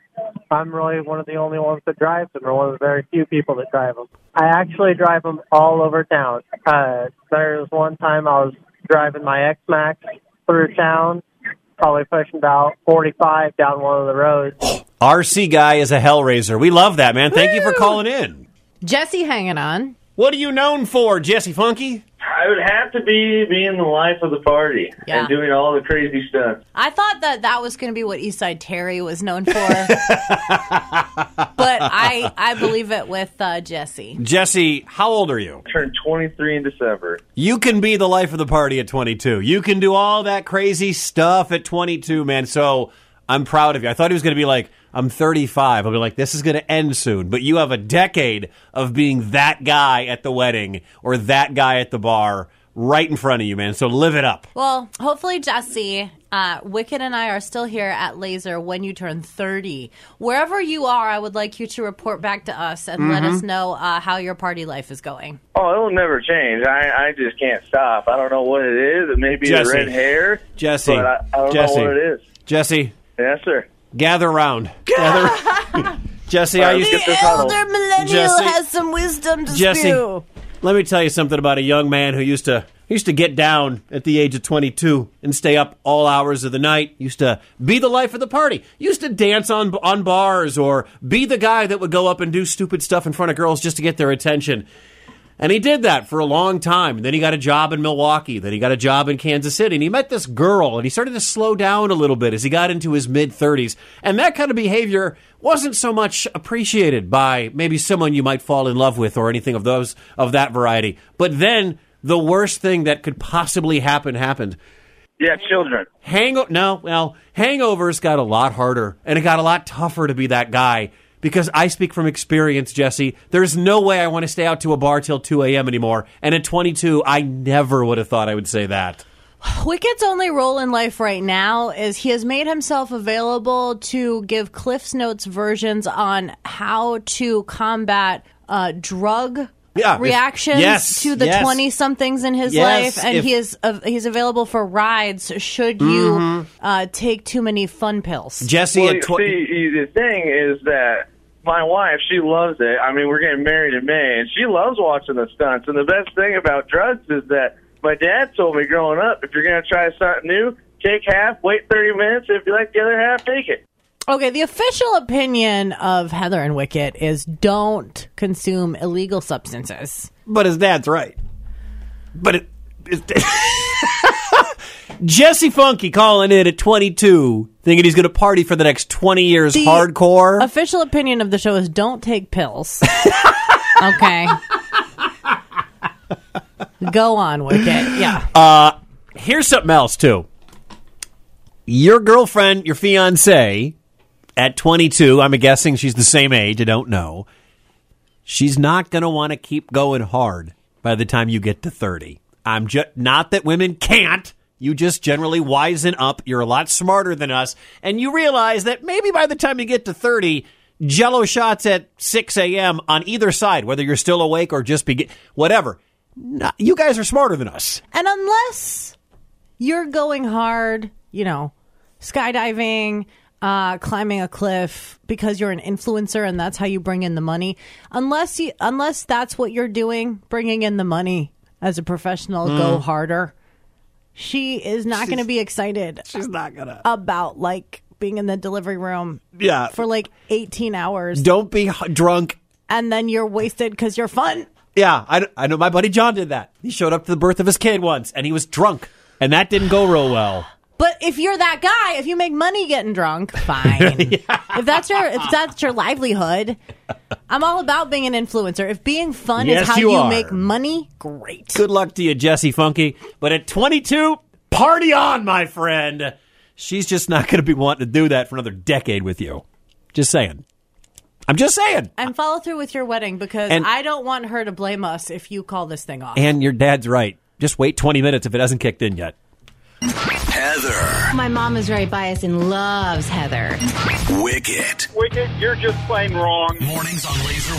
Speaker 5: I'm really one of the only ones that drives them, or one of the very few people that drive them. I actually drive them all over town. Uh, there was one time I was driving my X Max through town, probably pushing about 45 down one of the roads.
Speaker 3: RC guy is a hellraiser. We love that man. Thank you for calling in.
Speaker 2: Jesse hanging on.
Speaker 3: What are you known for, Jesse Funky?
Speaker 14: I would have to be being the life of the party
Speaker 2: Yeah.
Speaker 14: and doing all the crazy stuff.
Speaker 2: I thought that that was going to be what Eastside Terry was known for. but I I believe it with uh, Jesse.
Speaker 3: Jesse, how old are you?
Speaker 14: Turned 23 in December.
Speaker 3: You can be the life of the party at 22. You can do all that crazy stuff at 22, man. So I'm proud of you. I thought he was going to be like, I'm 35. I'll be like, this is going to end soon. But you have a decade of being that guy at the wedding or that guy at the bar right in front of you, man. So live it up.
Speaker 2: Well, hopefully, Jesse, uh, Wicked, and I are still here at Laser when you turn 30. Wherever you are, I would like you to report back to us and let
Speaker 7: Mhm.
Speaker 2: us know uh, how your party life is going.
Speaker 7: Oh, it'll never change. I I just can't stop. I don't know what it is. It may be the
Speaker 3: Jesse.
Speaker 7: red hair.
Speaker 3: Jesse.
Speaker 7: But I, I don't
Speaker 3: Jesse.
Speaker 7: know what it is.
Speaker 3: Jesse,
Speaker 7: Yes, sir.
Speaker 3: gather around. Gather. Jesse,
Speaker 7: All
Speaker 3: I
Speaker 7: right,
Speaker 3: used
Speaker 7: let's get this huddle. The elder
Speaker 2: millennial
Speaker 3: Jesse,
Speaker 2: some wisdom to
Speaker 3: Jesse, let me tell you something about a young man who used to he used to get down at the age of 22 and stay up all hours of the night. Used to be the life of the party. Used to dance on on bars or be the guy that would go up and do stupid stuff in front of girls just to get their attention. And he did that for a long time. Then he got a job in Milwaukee. Then he got a job in Kansas City. And he met this girl and he started to slow down a little bit as he got into his mid 30s. And that kind of behavior wasn't so much appreciated by maybe someone you might fall in love with or anything of those of that variety. But then the worst thing that could possibly happen happened.
Speaker 7: Yeah, children.
Speaker 3: Hango no, well, hangovers got a lot harder and it got a lot tougher to be that guy because I speak from experience, Jesse. There's no way I want to stay out to a bar till 2 a.m. anymore. And at 22, I never would have thought I would say that.
Speaker 2: Wicked's only role in life right now is he has made himself available to give Cliff's Notes versions on how to combat uh, drug.
Speaker 3: Yeah, if-
Speaker 2: reactions
Speaker 3: yes,
Speaker 2: to the
Speaker 3: yes.
Speaker 2: twenty somethings in his
Speaker 3: Yes,
Speaker 2: life, and
Speaker 3: if-
Speaker 2: he is uh, he's available for rides. Should you
Speaker 3: Mm-hmm.
Speaker 7: Mhm.
Speaker 2: uh, take too many fun pills,
Speaker 7: well, see, you- the thing is that my wife, she loves it. I mean, we're getting married in May, and she loves watching the stunts. And the best thing about drugs is that my dad told me growing up, if you're going to try something new, take half, wait 30 minutes, and if you like the other half, take it.
Speaker 2: Okay, the official opinion of Heather and Wicket is don't consume illegal substances.
Speaker 3: But his dad's right. But it. Jesse Funky calling in at 22, thinking he's going to party for the next 20 years
Speaker 2: The
Speaker 3: hardcore.
Speaker 2: Official opinion of the show is don't take pills. okay. Go on, Wicket. Yeah.
Speaker 3: Uh, here's something else too. Your girlfriend, your fiance, at 22, I'm guessing she's the same age. I don't know. She's not going to want to keep going hard by the time you get to 30. I'm just not that women can't. You just generally wisen up. You're a lot smarter than us, and you realize that maybe by the time you get to 30, Jello shots at 6 a.m. on either side, whether you're still awake or just begin whatever. No- you guys are smarter than us.
Speaker 2: And unless you're going hard, you know, skydiving, uh, climbing a cliff because you're an influencer and that's how you bring in the money. Unless you, unless that's what you're doing, bringing in the money as a professional, go
Speaker 15: Mm.
Speaker 2: harder. She is not going to be excited.
Speaker 3: She's not gonna
Speaker 2: about like being in the delivery room.
Speaker 3: Yeah.
Speaker 2: for like 18 hours,
Speaker 3: Don't be h- drunk.
Speaker 2: and then you're wasted because you're fun.
Speaker 3: Yeah, I, I know my buddy John did that. He showed up to the birth of his kid once and he was drunk, and that didn't go real well.
Speaker 2: But if you're that guy, if you make money getting drunk, fine. If that's your if that's your livelihood, I'm all about being an influencer. If being fun
Speaker 3: Yes,
Speaker 2: is how
Speaker 3: you
Speaker 2: you,
Speaker 3: are.
Speaker 2: make money, great.
Speaker 3: Good luck to you, Jesse Funky. But at 22, party on, my friend. She's just not going to be wanting to do that for another decade with you. Just saying. I'm just saying.
Speaker 2: And follow through with your wedding because
Speaker 3: And-
Speaker 2: I don't want her to blame us if you call this thing off.
Speaker 3: And your dad's right. Just wait 20 minutes if it hasn't kicked in yet.
Speaker 16: My mom is very biased and loves Heather.
Speaker 1: Wicket.
Speaker 16: Wicked, you're just plain wrong.
Speaker 1: Mornings on Laser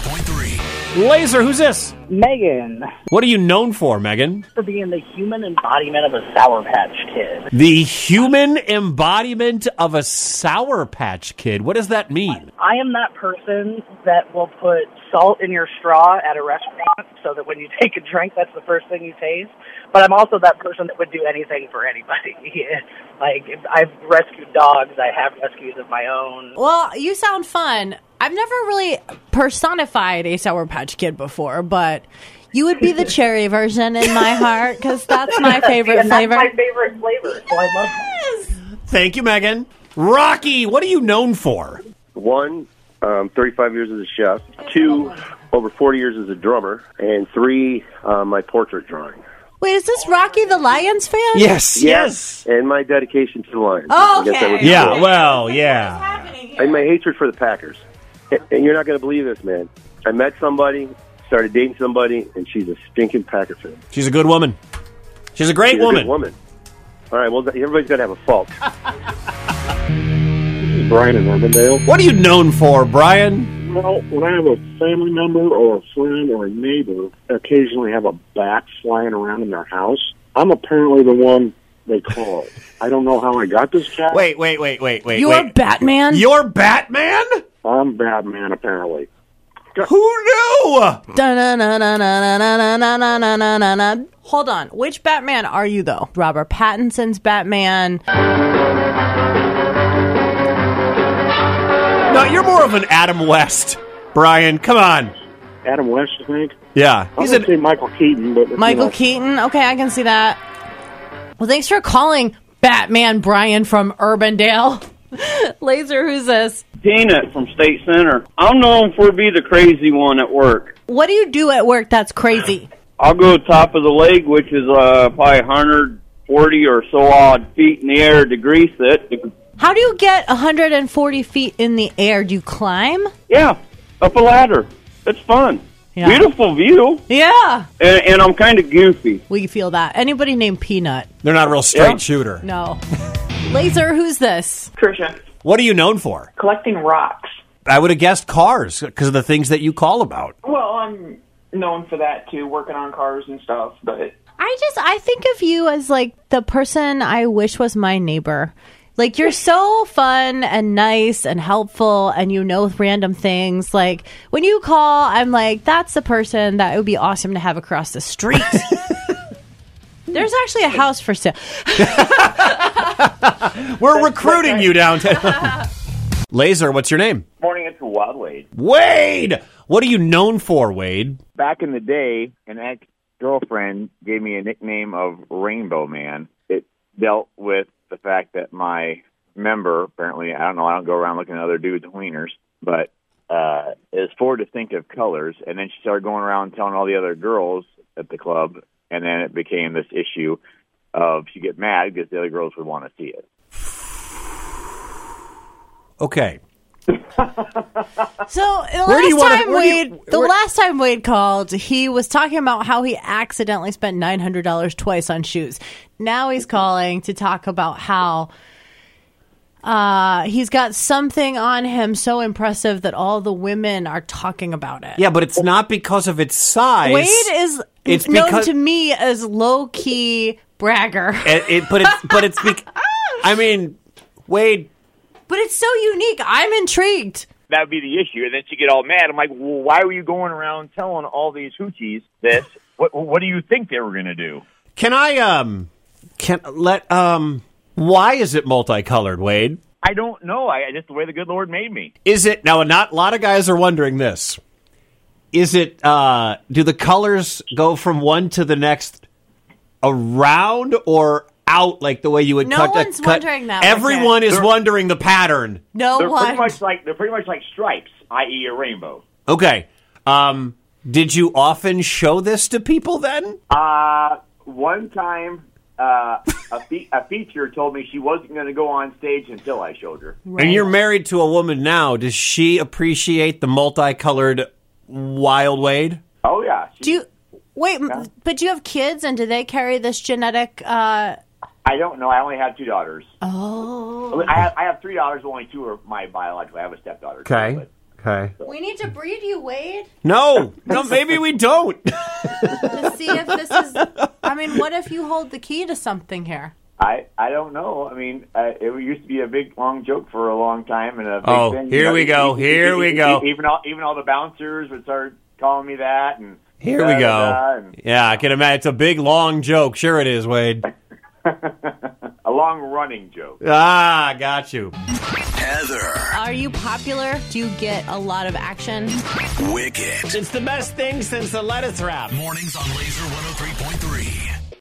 Speaker 1: 103.3.
Speaker 3: Laser, who's this?
Speaker 17: Megan.
Speaker 3: What are you known for, Megan?
Speaker 17: For being the human embodiment of a Sour Patch Kid.
Speaker 3: The human embodiment of a Sour Patch Kid. What does that mean?
Speaker 17: I am that person that will put salt in your straw at a restaurant so that when you take a drink, that's the first thing you taste. But I'm also that person that would do anything for anybody. like, I've rescued dogs, I have rescues of my own.
Speaker 2: Well, you sound fun. I've never really personified a Sour Patch Kid before, but you would be the cherry version in my heart because that's my favorite
Speaker 17: and
Speaker 2: flavor.
Speaker 17: That's my favorite flavor, so Oh, I love that.
Speaker 3: Thank you, Megan. Rocky, what are you known for?
Speaker 18: One, um, 35 years as a chef. Two, over 40 years as a drummer. And three, uh, my portrait drawing.
Speaker 2: Wait, is this Rocky the Lions fan?
Speaker 18: And my dedication to the Lions. I guess that
Speaker 2: Okay.
Speaker 18: would be
Speaker 3: Yeah,
Speaker 18: cool.
Speaker 3: well, yeah.
Speaker 18: and my hatred for the Packers. And- And you're not going to believe this, man. I met somebody, started dating somebody, and she's a stinking Packer fan.
Speaker 3: She's a good woman. She's a great
Speaker 18: She's
Speaker 3: woman.
Speaker 18: A good woman. All right, well, everybody's got to have a fault.
Speaker 15: Brian in Urbandale.
Speaker 3: What are you known for, Brian?
Speaker 15: Well, when I have a family member or a friend or a neighbor occasionally have a bat flying around in their house, I'm apparently the one they call. I don't know how I got this cat.
Speaker 3: Wait, wait, wait, wait, wait.
Speaker 15: You're wait.
Speaker 2: Batman?
Speaker 3: You're Batman?
Speaker 15: I'm Batman, apparently.
Speaker 3: Who knew?
Speaker 2: Da-na-na-na-na-na-na-na-na-na-na-na. Hold on. Which Batman are you, though? Robert Pattinson's Batman.
Speaker 3: No, you're more of an Adam West. Brian, come on.
Speaker 15: Adam West, I think.
Speaker 3: Yeah.
Speaker 15: I was going to say Michael Keaton, but. you
Speaker 2: Michael
Speaker 15: know.
Speaker 2: Keaton. Okay, I can see that. Well, thanks for calling Batman Brian from Urbandale. Laser, who's this?
Speaker 19: Peanut from State Center. I'm known for be the crazy one at work.
Speaker 2: What do you do at work that's crazy?
Speaker 19: I'll go top of the leg, which is uh, probably 140 or so odd feet in the air to grease it.
Speaker 2: How do you get 140 feet in the air? Do you climb?
Speaker 19: Yeah, up a ladder. It's fun. Beautiful view.
Speaker 2: Yeah.
Speaker 19: And, and I'm kind of goofy.
Speaker 2: We feel that. Anybody named Peanut?
Speaker 3: They're not a real straight shooter.
Speaker 2: No. Laser, who's this?
Speaker 20: Trisha.
Speaker 3: What are you known for?
Speaker 20: Collecting rocks.
Speaker 3: I would have guessed cars because of the things that you call about.
Speaker 15: Oh,
Speaker 20: Well, I'm known for that too, working on cars and stuff, but
Speaker 2: I just I think of you as like the person I wish was my neighbor. Like you're so fun and nice and helpful and you know random things. Like when you call, I'm like, that's the person that it would be awesome to have across the street. There's actually a house for sale.
Speaker 3: We're recruiting you downtown. Laser, what's your name?
Speaker 10: Morning, it's Wild Wade.
Speaker 3: Wade! What are you known for, Wade?
Speaker 10: Back in the day, an ex girlfriend gave me a nickname of Rainbow Man. It dealt with the fact that my member, apparently, I don't know, I don't go around looking at other dudes' wieners, but uh, is four distinctive colors. And then she started going around telling all the other girls at the club, and then it became this issue of she get mad because the other girls would want to see it.
Speaker 3: Okay.
Speaker 2: So the
Speaker 3: Where do you
Speaker 2: last
Speaker 3: wanna-
Speaker 2: time
Speaker 3: where do you-
Speaker 2: Wade, the last time Wade called, he was talking about how he accidentally spent nine hundred dollars twice on shoes. Now he's calling to talk about how uh, he's got something on him so impressive that all the women are talking about it.
Speaker 3: Yeah, but it's not because of its size.
Speaker 2: Wade is
Speaker 3: It's
Speaker 2: known
Speaker 3: because-
Speaker 2: to me as low key bragger,
Speaker 3: It, it- but it's but it's. Bec- I mean, Wade.
Speaker 2: but it's so unique. I'm intrigued.
Speaker 10: that would be the issue. And then she get all mad. I'm like, well, why were you going around telling all these hoochies this? What What do you think they were going to do?
Speaker 3: Can I um? Can let um? Why is it multicolored, Wade?
Speaker 10: I don't know. I I just the way the good Lord made me.
Speaker 3: Is it now? Not a lot of guys are wondering this. Is it? uh Do the colors go from one to the next around or out like the way you would
Speaker 2: No
Speaker 3: cut? a
Speaker 2: one's
Speaker 3: cut?
Speaker 2: wondering that like
Speaker 3: Everyone
Speaker 2: that.
Speaker 3: is
Speaker 2: They're-
Speaker 3: wondering the pattern.
Speaker 2: No
Speaker 10: they're
Speaker 2: one.
Speaker 10: Pretty much like they're pretty much like stripes, i.e., a rainbow.
Speaker 3: Okay. Um. Did you often show this to people then?
Speaker 10: Uh, one time, uh, a, fe- a feature told me she wasn't going to go on stage until I showed her.
Speaker 3: And you're married to a woman now. Does she appreciate the multicolored Wild Wade?
Speaker 10: Oh yeah.
Speaker 2: Do you wait? m But do you have kids, and do they carry this genetic? Uh,
Speaker 10: I don't know. I only have two daughters.
Speaker 2: oh,
Speaker 10: I have, I have three daughters. but Only two are my biological. I have a stepdaughter. too,
Speaker 3: Okay.
Speaker 10: but-
Speaker 3: Okay.
Speaker 2: we need to breed you, Wade,
Speaker 3: No, no, maybe we don't.
Speaker 2: to see if this is. I mean, what if you hold the key to something here?
Speaker 10: I I don't know. I mean, uh, it used to be a big long joke for a long time, and a big
Speaker 3: Oh,
Speaker 10: thing.
Speaker 3: here
Speaker 10: You know,
Speaker 3: we
Speaker 10: e-
Speaker 3: go,
Speaker 10: e-
Speaker 3: here
Speaker 10: e-
Speaker 3: we
Speaker 10: e-
Speaker 3: go.
Speaker 10: Even all even all the bouncers would start calling me that, and
Speaker 3: Here we
Speaker 10: da-da-da,
Speaker 3: go.
Speaker 10: and
Speaker 3: Yeah, I can imagine. It's a big, long joke. Sure, it is, Wade.
Speaker 10: a long running joke.
Speaker 3: Ah, got you.
Speaker 2: Are you popular? Do you get a lot of action?
Speaker 1: Wicked.
Speaker 3: It's the best thing since the lettuce wrap.
Speaker 1: oh Mornings on Laser 103.3.